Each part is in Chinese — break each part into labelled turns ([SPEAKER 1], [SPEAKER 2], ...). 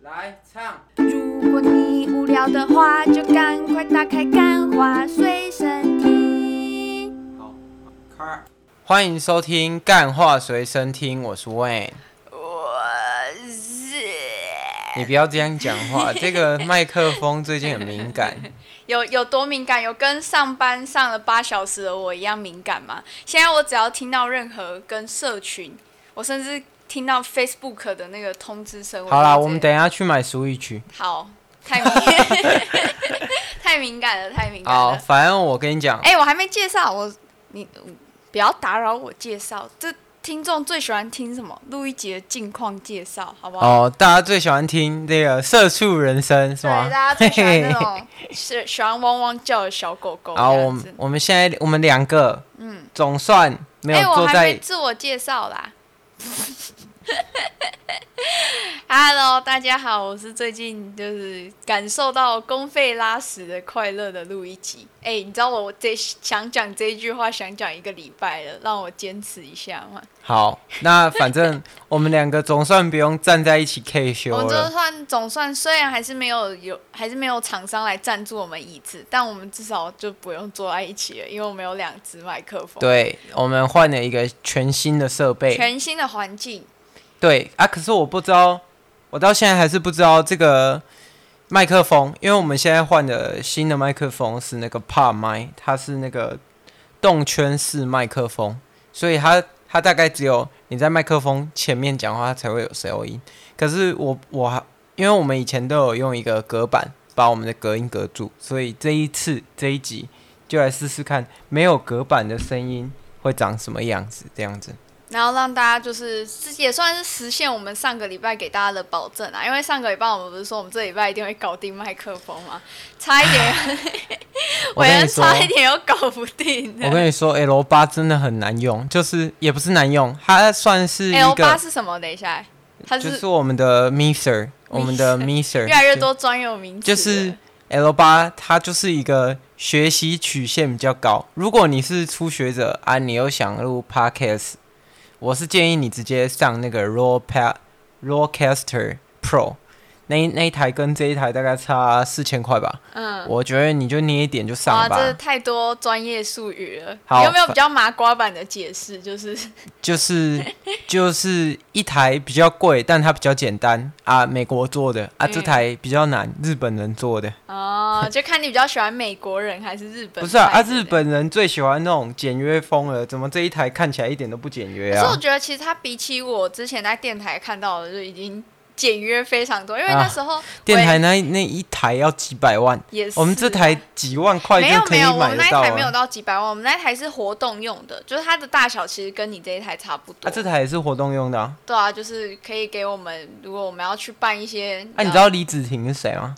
[SPEAKER 1] 来唱，
[SPEAKER 2] 如果你无聊的话，就赶快打开《干花随身听》。
[SPEAKER 1] 好，开。
[SPEAKER 3] 欢迎收听《干话随身听》，我是 Wayne。
[SPEAKER 2] 我是哎
[SPEAKER 3] 你不要这样讲 话，这个麦克风最近很敏感。
[SPEAKER 2] 有有多敏感？有跟上班上了八小时的我一样敏感吗？现在我只要听到任何跟社群，我甚至听到 Facebook 的那个通知声，
[SPEAKER 3] 好啦，
[SPEAKER 2] 就直接
[SPEAKER 3] 我们等一下去买 Switch。
[SPEAKER 2] 好，太敏 太敏感了，太敏感
[SPEAKER 3] 好，
[SPEAKER 2] 了。
[SPEAKER 3] 反正我跟你讲，
[SPEAKER 2] 哎、我还没介绍我，你不要打扰我介绍。这听众最喜欢听什么？录一集的近况介绍，好不好？
[SPEAKER 3] 哦，大家最喜欢听这个《社畜人生》是
[SPEAKER 2] 对，
[SPEAKER 3] 吗？
[SPEAKER 2] 大家最喜欢那
[SPEAKER 3] 啊嘿嘿
[SPEAKER 2] 种是喜欢汪汪叫的小狗狗
[SPEAKER 3] 嘿
[SPEAKER 2] 这
[SPEAKER 3] 好，我
[SPEAKER 2] 样子
[SPEAKER 3] 们。我们现在我们两个，嗯，总算没
[SPEAKER 2] 哎、
[SPEAKER 3] 有
[SPEAKER 2] 我
[SPEAKER 3] 坐
[SPEAKER 2] 还
[SPEAKER 3] 在
[SPEAKER 2] 没自我介绍啦。Hello，大家好，我是最近就是感受到公费拉屎的快乐的录一集。哎、你知道我这想讲这一句话想讲一个礼拜了，让我坚持一下嘛。
[SPEAKER 3] 好，那反 正我们两个总算不用站在一起 K 修
[SPEAKER 2] 我们就
[SPEAKER 3] 了。
[SPEAKER 2] 算总算虽然还是没有有还是没有厂商来赞助我们椅子，但我们至少就不用坐在一起了，因为我们有两只麦克风，
[SPEAKER 3] 对，我们换了一个全新的设备，
[SPEAKER 2] 全新的环境。
[SPEAKER 3] 对啊，可是我不知道，我到现在还是不知道这个麦克风，因为我们现在换的新的麦克风是那个帕麦，它是那个动圈式麦克风，所以它它大概只有你在麦克风前面讲话它才会有收音。可是我我还因为我们以前都有用一个隔板把我们的隔音隔住，所以这一次这一集就来试试看没有隔板的声音会长什么样子，这样子。
[SPEAKER 2] 然后让大家就是自己也算是实现我们上个礼拜给大家的保证啊，因为上个礼拜我们不是说我们这礼拜一定会搞定麦克风嘛， 差一点，
[SPEAKER 3] 我
[SPEAKER 2] 伟
[SPEAKER 3] 跟
[SPEAKER 2] 恩
[SPEAKER 3] 你说
[SPEAKER 2] 差一点又搞不定
[SPEAKER 3] 我跟
[SPEAKER 2] 的。
[SPEAKER 3] 你 说，L 八真的很难用，就是也不是难用，它算是一
[SPEAKER 2] L 八
[SPEAKER 3] 个，
[SPEAKER 2] 哎是什么？等一下，它
[SPEAKER 3] 就是是我们的 mixer，我们的 mixer
[SPEAKER 2] 越来越多专有名词
[SPEAKER 3] 就
[SPEAKER 2] 了，
[SPEAKER 3] 是 L 八，它就是一个学习曲线比较高。如果你是初学者啊，你又想录 podcast，我是建议你直接上那个 Raw Pa Rawcaster Pro 那一那一台跟这一台大概差四千块吧，
[SPEAKER 2] 嗯，
[SPEAKER 3] 我觉得你就捏一点就上
[SPEAKER 2] 啊，
[SPEAKER 3] 吧。
[SPEAKER 2] 这太多专业术语了。
[SPEAKER 3] 好
[SPEAKER 2] 你有没有
[SPEAKER 3] 反
[SPEAKER 2] 比较麻瓜版的解释？就是
[SPEAKER 3] 就是 就是一台比较贵，但它比较简单啊，美国做的啊，
[SPEAKER 2] 嗯
[SPEAKER 3] 这台比较难，日本人做的。
[SPEAKER 2] 哦，就看你比较喜欢美国人还是日本派的
[SPEAKER 3] 不
[SPEAKER 2] 人。
[SPEAKER 3] 是啊，啊，日本人最喜欢那种简约风了，怎么这一台看起来一点都不简约
[SPEAKER 2] 可是我
[SPEAKER 3] 啊？
[SPEAKER 2] 觉得其实它比起我之前在电台看到的，就已经简约非常多，因为
[SPEAKER 3] 啊
[SPEAKER 2] 那时候、
[SPEAKER 3] 电台那那一台要几百万，
[SPEAKER 2] 也是啊、
[SPEAKER 3] 我们这台几万块
[SPEAKER 2] 没
[SPEAKER 3] 就
[SPEAKER 2] 有
[SPEAKER 3] 可
[SPEAKER 2] 没
[SPEAKER 3] 以
[SPEAKER 2] 有，我
[SPEAKER 3] 买
[SPEAKER 2] 们
[SPEAKER 3] 得
[SPEAKER 2] 那一
[SPEAKER 3] 到
[SPEAKER 2] 台没有
[SPEAKER 3] 啊。
[SPEAKER 2] 到几百万，我们那一台是活动用的，就是它的大小其实跟你这一台差不多。
[SPEAKER 3] 啊，这台也是活动用的啊。
[SPEAKER 2] 对啊，就是可以给我们，如果我们要去办一些，呃
[SPEAKER 3] 啊，你知道李子婷是谁吗？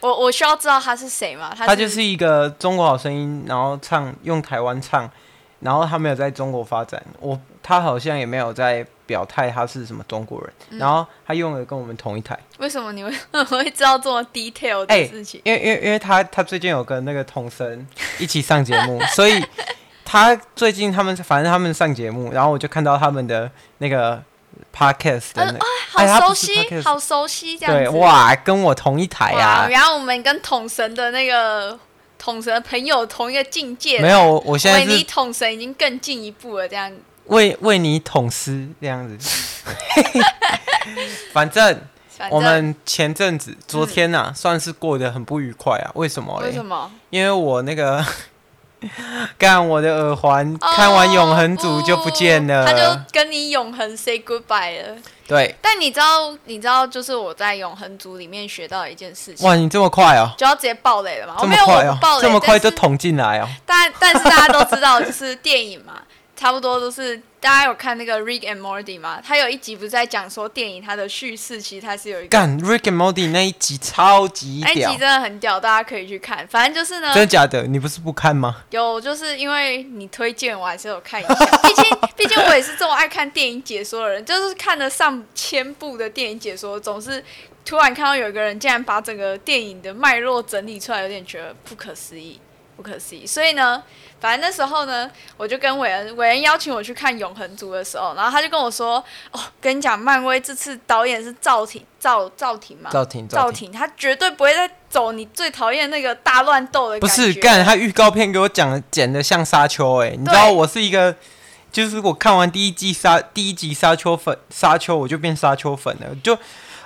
[SPEAKER 2] 我我需要知道他是谁吗？他
[SPEAKER 3] 她就是一个《中国好声音》，然后唱用台湾唱，然后她没有在中国发展，我她好像也没有在表态她是什么中国人，
[SPEAKER 2] 嗯
[SPEAKER 3] 然后她用的跟我们同一台，
[SPEAKER 2] 为什么你会 会知道这么 detail
[SPEAKER 3] 哎
[SPEAKER 2] 的事情？
[SPEAKER 3] 因为因为因为她她最近有跟那个童声一起上节 目，所以她最近他们反正他们上节目，然后我就看到他们的那
[SPEAKER 2] 呃
[SPEAKER 3] 个 podcast 的那哎他
[SPEAKER 2] 好熟
[SPEAKER 3] 不是
[SPEAKER 2] 悉，
[SPEAKER 3] podcast
[SPEAKER 2] 好熟悉，哦这样
[SPEAKER 3] 对
[SPEAKER 2] 子
[SPEAKER 3] 哇，跟我同一台
[SPEAKER 2] 哇
[SPEAKER 3] 啊，
[SPEAKER 2] 然后我们跟统神的那个统神的朋友同一个境界，
[SPEAKER 3] 没有，我我现在
[SPEAKER 2] 为你
[SPEAKER 3] 是
[SPEAKER 2] 统神已经更进一步了，这样
[SPEAKER 3] 为为你捅丝这样子， 反正。
[SPEAKER 2] 反正嗯
[SPEAKER 3] 我们前阵子昨天呐、算是过得很不愉快啊。为什么嘞？
[SPEAKER 2] 为什么？
[SPEAKER 3] 因为我那个 干我的耳环，看完《永恒族》就不见了。
[SPEAKER 2] 哦他就跟你永恒 say goodbye 了。
[SPEAKER 3] 对，
[SPEAKER 2] 但你知道，你知道，就是我在永恒族里面学到一件事情，
[SPEAKER 3] 哇，你这么快哦，
[SPEAKER 2] 就要直接爆雷了嘛？
[SPEAKER 3] 这
[SPEAKER 2] 我
[SPEAKER 3] 么
[SPEAKER 2] 没有
[SPEAKER 3] 快
[SPEAKER 2] 我
[SPEAKER 3] 哦
[SPEAKER 2] 不爆，雷，
[SPEAKER 3] 这么快就
[SPEAKER 2] 但是
[SPEAKER 3] 捅进来哦。
[SPEAKER 2] 但但是大家都知道，就是电影嘛，差不多都是大家有看那个《Rick and Morty》嘛，他有一集不是在讲说电影它的叙事，其实它是有一个
[SPEAKER 3] 干 Rick and Morty 那一集超级
[SPEAKER 2] 那一集
[SPEAKER 3] 屌
[SPEAKER 2] 真，的很屌，大家可以去看。反正就是呢
[SPEAKER 3] 真，的假的？你不是不看吗？
[SPEAKER 2] 有就是因为你推荐，我还是有看一下。 毕竟毕竟我也是这么爱看电影解说的人，就是看了上千部的电影解说，总是突然看到有一个人竟然把整个电影的脉络整理出来，有点觉得不可思议。不可思议。所以呢，反正那时候呢，我就跟韦恩，韦恩邀请我去看《永恒族》的时候，然后他就跟我说：“哦，跟你讲，漫威这次导演是赵婷，赵赵婷嘛，
[SPEAKER 3] 赵婷，
[SPEAKER 2] 赵
[SPEAKER 3] 婷，
[SPEAKER 2] 婷，他绝对不会再走你最讨厌那个大乱斗的
[SPEAKER 3] 不
[SPEAKER 2] 感觉。
[SPEAKER 3] 是干他预告片给我讲剪的像沙丘哎、你知道我是一个，就是我看完第一季沙第一集沙丘粉沙丘我就变沙丘粉了，就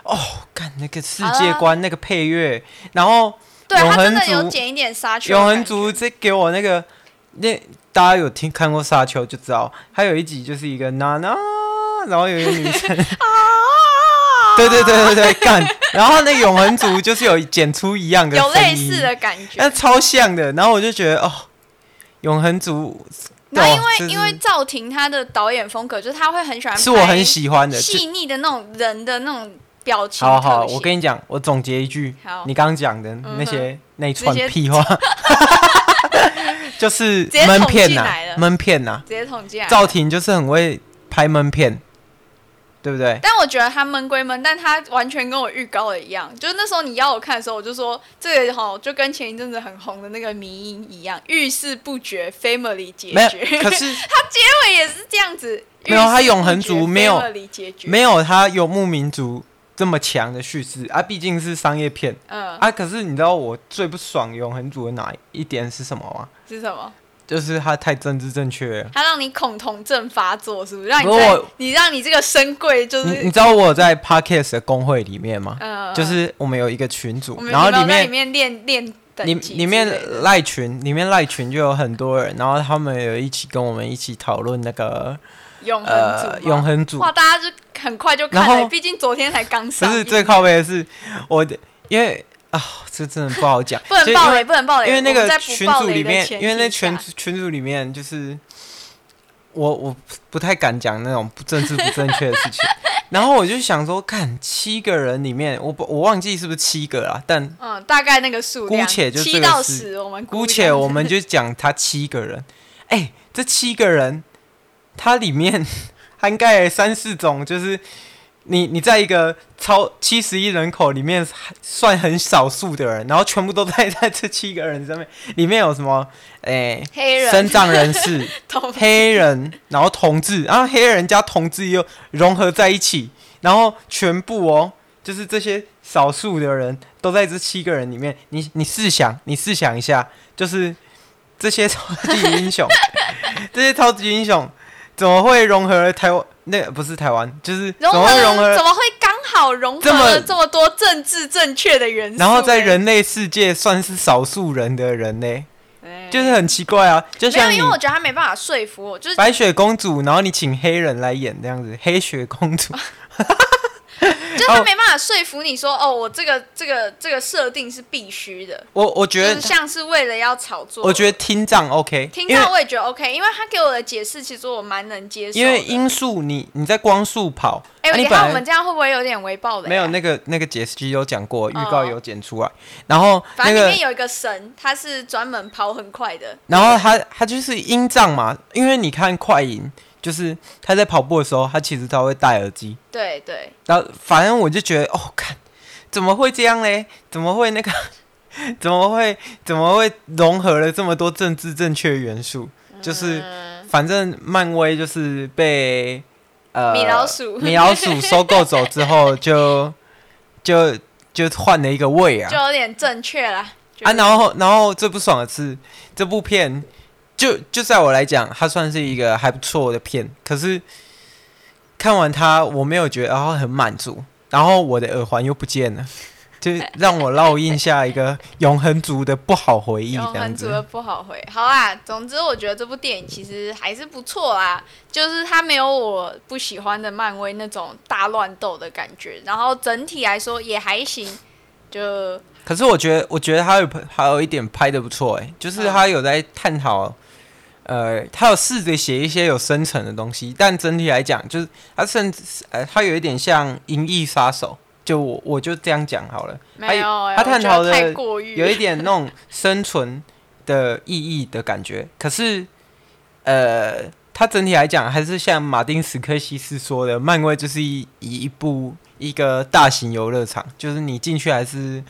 [SPEAKER 3] 哦干那个世
[SPEAKER 2] 啊
[SPEAKER 3] 界观、那个配乐，然后
[SPEAKER 2] 对
[SPEAKER 3] 永
[SPEAKER 2] 他真
[SPEAKER 3] 恒
[SPEAKER 2] 的有
[SPEAKER 3] 族
[SPEAKER 2] 剪一点沙丘的
[SPEAKER 3] 永
[SPEAKER 2] 感觉。
[SPEAKER 3] 恒族这给我那个那大家有听看过沙丘就知道，还有一集就是一个娜娜，然后有一个女 生。
[SPEAKER 2] 啊，
[SPEAKER 3] 对对对对对，干。然后那永恒族就是有剪出一样的
[SPEAKER 2] 有
[SPEAKER 3] 声
[SPEAKER 2] 类
[SPEAKER 3] 音哎
[SPEAKER 2] 似，的感觉。
[SPEAKER 3] 那超像的。然后我就觉得哦，永恒族，
[SPEAKER 2] 然后因
[SPEAKER 3] 哦
[SPEAKER 2] 为、
[SPEAKER 3] 这是
[SPEAKER 2] 因为赵婷她的导演风格就是她会很喜欢
[SPEAKER 3] 是我很
[SPEAKER 2] 拍
[SPEAKER 3] 喜欢的。就
[SPEAKER 2] 细腻的那种人的那种表情
[SPEAKER 3] 好啊
[SPEAKER 2] 特写。
[SPEAKER 3] 好，我跟你讲，我总结一句
[SPEAKER 2] 好，嗯
[SPEAKER 3] 你刚刚讲的
[SPEAKER 2] 哼
[SPEAKER 3] 那些那一串
[SPEAKER 2] 直接
[SPEAKER 3] 屁话， 就是
[SPEAKER 2] 接
[SPEAKER 3] 闷
[SPEAKER 2] 捅
[SPEAKER 3] 骗
[SPEAKER 2] 进
[SPEAKER 3] 呐
[SPEAKER 2] 来了，啊
[SPEAKER 3] 闷骗呐。
[SPEAKER 2] 直接捅进来。
[SPEAKER 3] 赵婷就是很会拍闷片，对不对？
[SPEAKER 2] 但我觉得他闷归闷，但他完全跟我预告的一样，就是那时候你要我看的时候，我就说这个哈就跟前一阵子很红的那个迷音一样，遇事不决，family 结
[SPEAKER 3] 没有
[SPEAKER 2] 局。，
[SPEAKER 3] 可是
[SPEAKER 2] 因为也是这样子。
[SPEAKER 3] 没有
[SPEAKER 2] 遇事
[SPEAKER 3] 他永恒族
[SPEAKER 2] 不决
[SPEAKER 3] 没有
[SPEAKER 2] family 结局，
[SPEAKER 3] 没有他游牧民族这么强的叙事啊，毕竟是商业片。
[SPEAKER 2] 嗯、
[SPEAKER 3] 啊，可是你知道我最不爽永恒族的哪一点是什么吗？
[SPEAKER 2] 是什么？
[SPEAKER 3] 就是它太政治正确了。
[SPEAKER 2] 他让你恐同症发作，是不是？让
[SPEAKER 3] 不
[SPEAKER 2] 你
[SPEAKER 3] 过
[SPEAKER 2] 在
[SPEAKER 3] 我
[SPEAKER 2] 你让你这个身贵就
[SPEAKER 3] 你你
[SPEAKER 2] 是
[SPEAKER 3] 知道我有在 Podcast 的工会里面吗？
[SPEAKER 2] 嗯，
[SPEAKER 3] 就是我们有一个群
[SPEAKER 2] 我
[SPEAKER 3] 组，
[SPEAKER 2] 们
[SPEAKER 3] 然后
[SPEAKER 2] 有没有
[SPEAKER 3] 里
[SPEAKER 2] 在里
[SPEAKER 3] 面
[SPEAKER 2] 面练练等
[SPEAKER 3] 里
[SPEAKER 2] 级
[SPEAKER 3] 里
[SPEAKER 2] 之类
[SPEAKER 3] 面呃
[SPEAKER 2] 的
[SPEAKER 3] 赖群里面赖群就有很多人，然后他们有一起跟我们一起讨论那个
[SPEAKER 2] 永恒族嘛
[SPEAKER 3] 呃永恒族，
[SPEAKER 2] 哇，大家就很快就
[SPEAKER 3] 然
[SPEAKER 2] 看了，
[SPEAKER 3] 后
[SPEAKER 2] 毕竟昨天才刚
[SPEAKER 3] 不
[SPEAKER 2] 上映。，
[SPEAKER 3] 是最靠背的是我的，因为啊这真的不好讲
[SPEAKER 2] 不能
[SPEAKER 3] 就
[SPEAKER 2] 爆
[SPEAKER 3] 因为
[SPEAKER 2] 雷，不能爆雷，
[SPEAKER 3] 因为那
[SPEAKER 2] 我们
[SPEAKER 3] 个
[SPEAKER 2] 在
[SPEAKER 3] 群
[SPEAKER 2] 不爆
[SPEAKER 3] 组
[SPEAKER 2] 雷
[SPEAKER 3] 里
[SPEAKER 2] 的
[SPEAKER 3] 面，
[SPEAKER 2] 前
[SPEAKER 3] 因为那
[SPEAKER 2] 提
[SPEAKER 3] 群
[SPEAKER 2] 下
[SPEAKER 3] 群组里面就是我我不太敢讲那种不政治不正确的事 情，然后我就想说，看七个人里面，我不我忘记是不是七个啦，但
[SPEAKER 2] 嗯，大概那个数量，
[SPEAKER 3] 姑且就这
[SPEAKER 2] 七
[SPEAKER 3] 个
[SPEAKER 2] 到
[SPEAKER 3] 是
[SPEAKER 2] 十，我们
[SPEAKER 3] 姑
[SPEAKER 2] 这
[SPEAKER 3] 且
[SPEAKER 2] 样子
[SPEAKER 3] 我们就讲他七个人，哎、这七个人，它里面 涵盖了三四种，就是你你在一个超七十亿人口里面算很少数的人，然后全部都在 在这七个人上面，里面有什么，哎、
[SPEAKER 2] 黑人
[SPEAKER 3] 身障人 士、
[SPEAKER 2] 同
[SPEAKER 3] 黑人，然后同志，然后黑人加同志又融合在一起，然后全部哦，就是这些少数的人都在这七个人里面。你你试想，你试想一下，就是这些 超级英雄，这些超级英雄怎么会融合了台湾？那个不是台湾，就是怎
[SPEAKER 2] 融
[SPEAKER 3] 么
[SPEAKER 2] 合
[SPEAKER 3] 会融合了
[SPEAKER 2] 怎么会刚好融合
[SPEAKER 3] 这么
[SPEAKER 2] 了这么多政治正确的元素？
[SPEAKER 3] 然后在，人类世界算是少数人的人呢？
[SPEAKER 2] 哎
[SPEAKER 3] 就是很奇怪啊，就
[SPEAKER 2] 没有，
[SPEAKER 3] 像你
[SPEAKER 2] 因为我觉得他没办法说服我，就是
[SPEAKER 3] 白雪公主，然后你请黑人来演这样子， 黑雪公 主。
[SPEAKER 2] 就是他没办法说服你说，哦，我这个这个这个设定是必须的，
[SPEAKER 3] 我我觉
[SPEAKER 2] 就
[SPEAKER 3] 得
[SPEAKER 2] 是像是为了要炒作。
[SPEAKER 3] 我觉得听障 OK，
[SPEAKER 2] 听
[SPEAKER 3] 因为
[SPEAKER 2] 到我也觉得 OK，因为他给我的解释其实我蛮能接受的。
[SPEAKER 3] 因为音速你你在光速跑，
[SPEAKER 2] 哎，
[SPEAKER 3] 啊你
[SPEAKER 2] 你
[SPEAKER 3] 本
[SPEAKER 2] 看
[SPEAKER 3] 来
[SPEAKER 2] 我们这样会不会有点微爆雷啊？
[SPEAKER 3] 没有那个那个解释机有讲过，预告有剪出来，然后
[SPEAKER 2] 哦
[SPEAKER 3] 那
[SPEAKER 2] 反正里
[SPEAKER 3] 个
[SPEAKER 2] 面有一个神，他是专门跑很快的。
[SPEAKER 3] 然后他他就是音障嘛，因为你看快银，就是他在跑步的时候，他其实他会戴耳机，
[SPEAKER 2] 对对，
[SPEAKER 3] 然后反正我就觉得哦，看怎么会这样嘞？怎么会那个？ 怎么会怎么会融合了这么多政治正确元素？就是
[SPEAKER 2] 嗯
[SPEAKER 3] 反正漫威就是被呃
[SPEAKER 2] 米老鼠
[SPEAKER 3] 米老鼠收购走之后就，就就换了一个胃啊
[SPEAKER 2] 就有点正确啦。
[SPEAKER 3] 啊！
[SPEAKER 2] 后
[SPEAKER 3] 然后然后最不爽的是这部片，就就在我来讲，它算是一个还不错的片，可是看完它我没有觉得然后很满足，然后我的耳环又不见了。就让我烙印下一个永恒族的不好回 忆，这样
[SPEAKER 2] 很主
[SPEAKER 3] 子
[SPEAKER 2] 的。不好回。好啦，总之我觉得这部电影其实还是不错啦，就是它没有我不喜欢的漫威那种大乱斗的感觉，然后整体来说也还行，就
[SPEAKER 3] 可是我觉得，我觉得他有还有一点拍的不错，哎，就是他有在探讨，呃，他有试着写一些有深层的东西，但整体来讲，就是他甚至呃，他有一点像《银翼杀手》，就我我就这样讲好了，
[SPEAKER 2] 没有、欸。
[SPEAKER 3] 他
[SPEAKER 2] 我
[SPEAKER 3] 探
[SPEAKER 2] 觉
[SPEAKER 3] 讨
[SPEAKER 2] 得
[SPEAKER 3] 的
[SPEAKER 2] 太过于
[SPEAKER 3] 有一点那种生存的意义的感觉。可是，呃，它整体来讲还是像马丁·斯科西斯说的，漫威就是一一部一个大型游乐场，就是你进去还是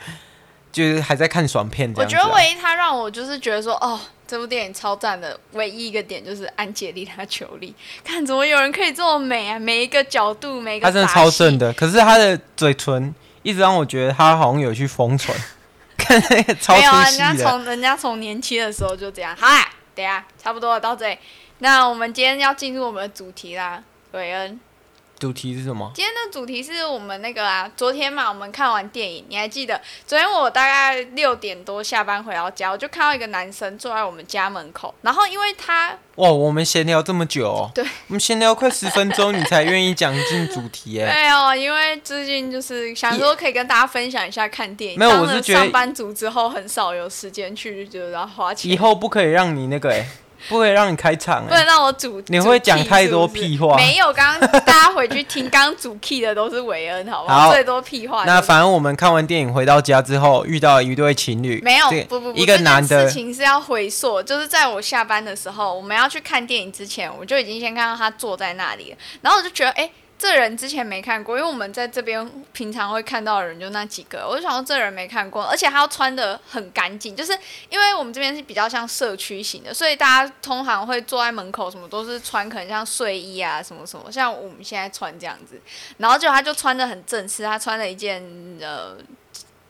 [SPEAKER 3] 就是还在看爽片这
[SPEAKER 2] 我
[SPEAKER 3] 样子
[SPEAKER 2] 觉
[SPEAKER 3] 啊、
[SPEAKER 2] 得唯一他让我就是觉得说，哦，这部电影超赞的唯一一个点就是安杰丽娜·裘丽，看怎么有人可以这么美啊！每一个角度，每一个
[SPEAKER 3] 他真的
[SPEAKER 2] 打
[SPEAKER 3] 超
[SPEAKER 2] 戏
[SPEAKER 3] 正的，可是他的嘴唇一直让我觉得他好像有去封唇， 看那个超
[SPEAKER 2] 没有啊，
[SPEAKER 3] 出
[SPEAKER 2] 人
[SPEAKER 3] 戏
[SPEAKER 2] 家
[SPEAKER 3] 的。
[SPEAKER 2] 从人家从年轻的时候就这样。好啦，等一下差不多了，到这里。那我们今天要进入我们的主题啦，韦恩。
[SPEAKER 3] 主题是什么？
[SPEAKER 2] 今天的主题是我们那个啊，昨天嘛，我们看完电影，你还记得？昨天我大概六点多下班回到家，我就看到一个男生坐在我们家门口，然后因为他
[SPEAKER 3] 哇，我们闲聊这么久、哦，
[SPEAKER 2] 对，
[SPEAKER 3] 我们闲聊快十分钟，你才愿意讲进主题 哎、
[SPEAKER 2] 没有，因为最近就是想说可以跟大家分享一下看电影。
[SPEAKER 3] 没有
[SPEAKER 2] 当
[SPEAKER 3] 我是
[SPEAKER 2] 了
[SPEAKER 3] 觉得
[SPEAKER 2] 上班族之后很少有时间去，就是要花钱。
[SPEAKER 3] 以后不可以让你那个哎、 不可以让你开场
[SPEAKER 2] 不
[SPEAKER 3] 哎、
[SPEAKER 2] 能让我主
[SPEAKER 3] 你会讲太多
[SPEAKER 2] 主 key 是不是
[SPEAKER 3] 屁话
[SPEAKER 2] 没有，刚刚大家回去听，刚刚主 key 的都是韦恩，好不
[SPEAKER 3] 好
[SPEAKER 2] 最多屁话就是。
[SPEAKER 3] 那反正我们看完电影回到家之后，遇到一对情侣，
[SPEAKER 2] 没有
[SPEAKER 3] 这，
[SPEAKER 2] 不不不，
[SPEAKER 3] 一个
[SPEAKER 2] 这件
[SPEAKER 3] 男的
[SPEAKER 2] 事，情是要回溯，就是在我下班的时候，我们要去看电影之前，我就已经先看到他坐在那里了，然后我就觉得，哎、这人之前没看过，因为我们在这边平常会看到的人就那几个，我就想说这人没看过，而且他要穿的很干净，就是因为我们这边是比较像社区型的，所以大家通常会坐在门口，什么都是穿可能像睡衣啊什么什么，像我们现在穿这样子，然后就他就穿的很正式，他穿了一件呃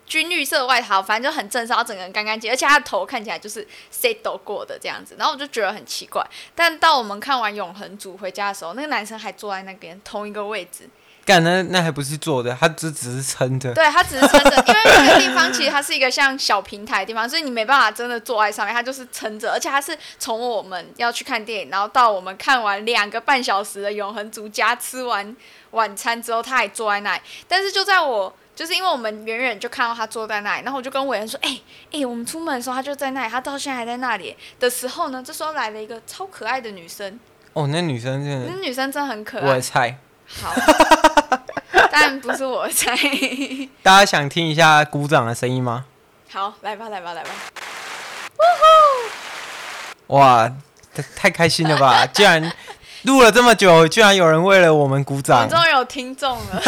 [SPEAKER 2] 军绿色的外套，反正就很正式，然后整个人干干净，而且他的头看起来就是 set 过的这样子，然后我就觉得很奇怪。但到我们看完《永恒族》回家的时候，那个男生还坐在那边同一个位置，
[SPEAKER 3] 干那那还不是坐的，他只只是撑 着。
[SPEAKER 2] 对他只是撑着，因为那个地方其实它是一个像小平台的地方，所以你没办法真的坐在上面，他就是撑着，而且他是从我们要去看电影，然后到我们看完两个半小时的《永恒族家》，吃完晚餐之后，他还坐在那里。但是就在我就是因为我们远远就看到他坐在那里，然后我就跟伟恩说：“哎、哎、我们出门的时候他就在那里，他到现在还在那里。”的时候呢，这时候来了一个超可爱的女生，
[SPEAKER 3] 哦，那女生真
[SPEAKER 2] 那
[SPEAKER 3] 的，
[SPEAKER 2] 女生真的啊很可
[SPEAKER 3] 我的
[SPEAKER 2] 爱。
[SPEAKER 3] 菜。
[SPEAKER 2] 好，但不是我在。
[SPEAKER 3] 大家想听一下鼓掌的声音吗？
[SPEAKER 2] 好，来吧，来吧，来吧。
[SPEAKER 3] 哇，太太开心了 吧！竟然录了这么久，居然有人为了我们鼓
[SPEAKER 2] 我
[SPEAKER 3] 掌
[SPEAKER 2] 们。终于有听众 了，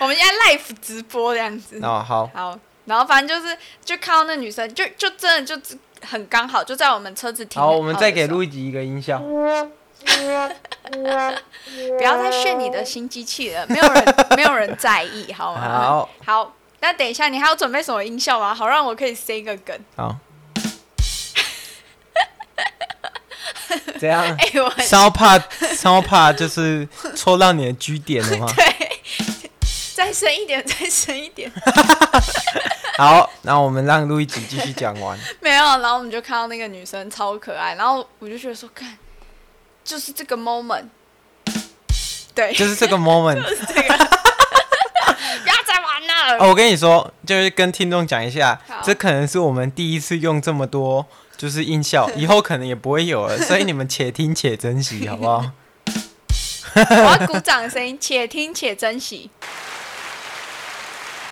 [SPEAKER 2] 我们现在 live 直播这样子。
[SPEAKER 3] 哦，好，
[SPEAKER 2] 好，然后反正就是就看到那女生，就就真的就只很刚好，就在我们车子停。
[SPEAKER 3] 好，我们再给，录一集一个音效。
[SPEAKER 2] 不要再炫 你的新机器了，没有人 没有人在意，好吗？
[SPEAKER 3] 好
[SPEAKER 2] 好，那等一下你还要准备什么音效吗？好让我可以 say 个梗。
[SPEAKER 3] 好，怎样？
[SPEAKER 2] 哎、我很
[SPEAKER 3] 烧怕烧怕就是戳到你的居点了吗？
[SPEAKER 2] 对，再深一点， 再深一点。
[SPEAKER 3] 好，那我们让录一集继续讲完。
[SPEAKER 2] 没有，然后我们就看到那个女生超可爱，然后我就觉得说，看，就是这个 moment，对，
[SPEAKER 3] 就是这个 moment
[SPEAKER 2] 这个， 不要再玩了。
[SPEAKER 3] 哦，我跟你说，就是跟听众讲一下
[SPEAKER 2] 好，
[SPEAKER 3] 这可能是我们第一次用这么多就是音效，以后可能也不会 有了，所以你们且听且珍惜，好不好？
[SPEAKER 2] 我要鼓掌的声音，且听且珍惜。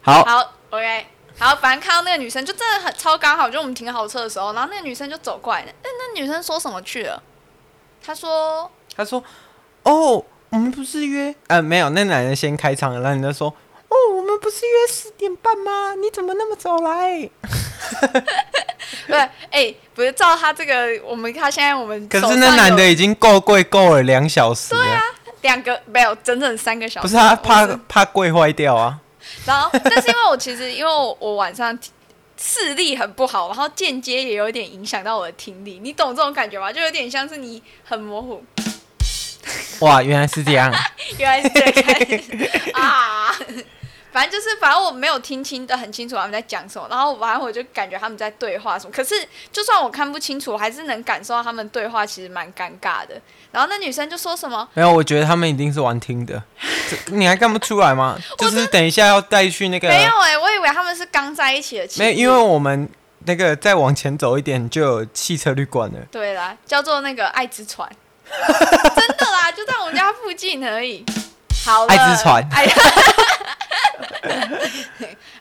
[SPEAKER 3] 好，
[SPEAKER 2] 好，OK，好，反正看到那个女生就真的很超刚好，就我们停好车的时候，然后那个女生就走过来，那那女生说什么去了？她说
[SPEAKER 3] 他说：“哦，我们不是约……呃，没有，那男人先开场了，然后你就说：‘哦，我们不是约十点半吗？你怎么那么早来
[SPEAKER 2] 对，哎、不是照她这个，我们她现在我们？’
[SPEAKER 3] 可
[SPEAKER 2] 手
[SPEAKER 3] 是那
[SPEAKER 2] 上
[SPEAKER 3] 男
[SPEAKER 2] 有
[SPEAKER 3] 的已经够贵够了两小时了，
[SPEAKER 2] 两个没有整整三个小时，
[SPEAKER 3] 不是他怕
[SPEAKER 2] 我是
[SPEAKER 3] 怕贵坏掉 啊？
[SPEAKER 2] 然后，但是因为我其实因为我我晚上听视力很不好，然后间接也有点影响到我的听力，你懂这种感觉吗？就有点像是你很模糊，
[SPEAKER 3] 哇，原来是这样，
[SPEAKER 2] 原来是这个感 觉啊。反正就是，反正我没有听清的很清楚他们在讲什么，然后反正我就感觉他们在对话什么。可是就算我看不清楚，我还是能感受到他们对话其实蛮尴尬的。然后那女生就说什么，
[SPEAKER 3] 没有，我觉得他们一定是玩听的，这你还看不出来吗？就是等一下要带去那个
[SPEAKER 2] 没有哎、我以为他们是刚在一起的
[SPEAKER 3] 啊
[SPEAKER 2] 情
[SPEAKER 3] 没有，
[SPEAKER 2] 侣，
[SPEAKER 3] 因为我们那个再往前走一点就有汽车旅馆了。
[SPEAKER 2] 对啦，叫做那个爱 之船，真的啦，就在我们家附近而已。好了，
[SPEAKER 3] 爱之船，
[SPEAKER 2] 哎，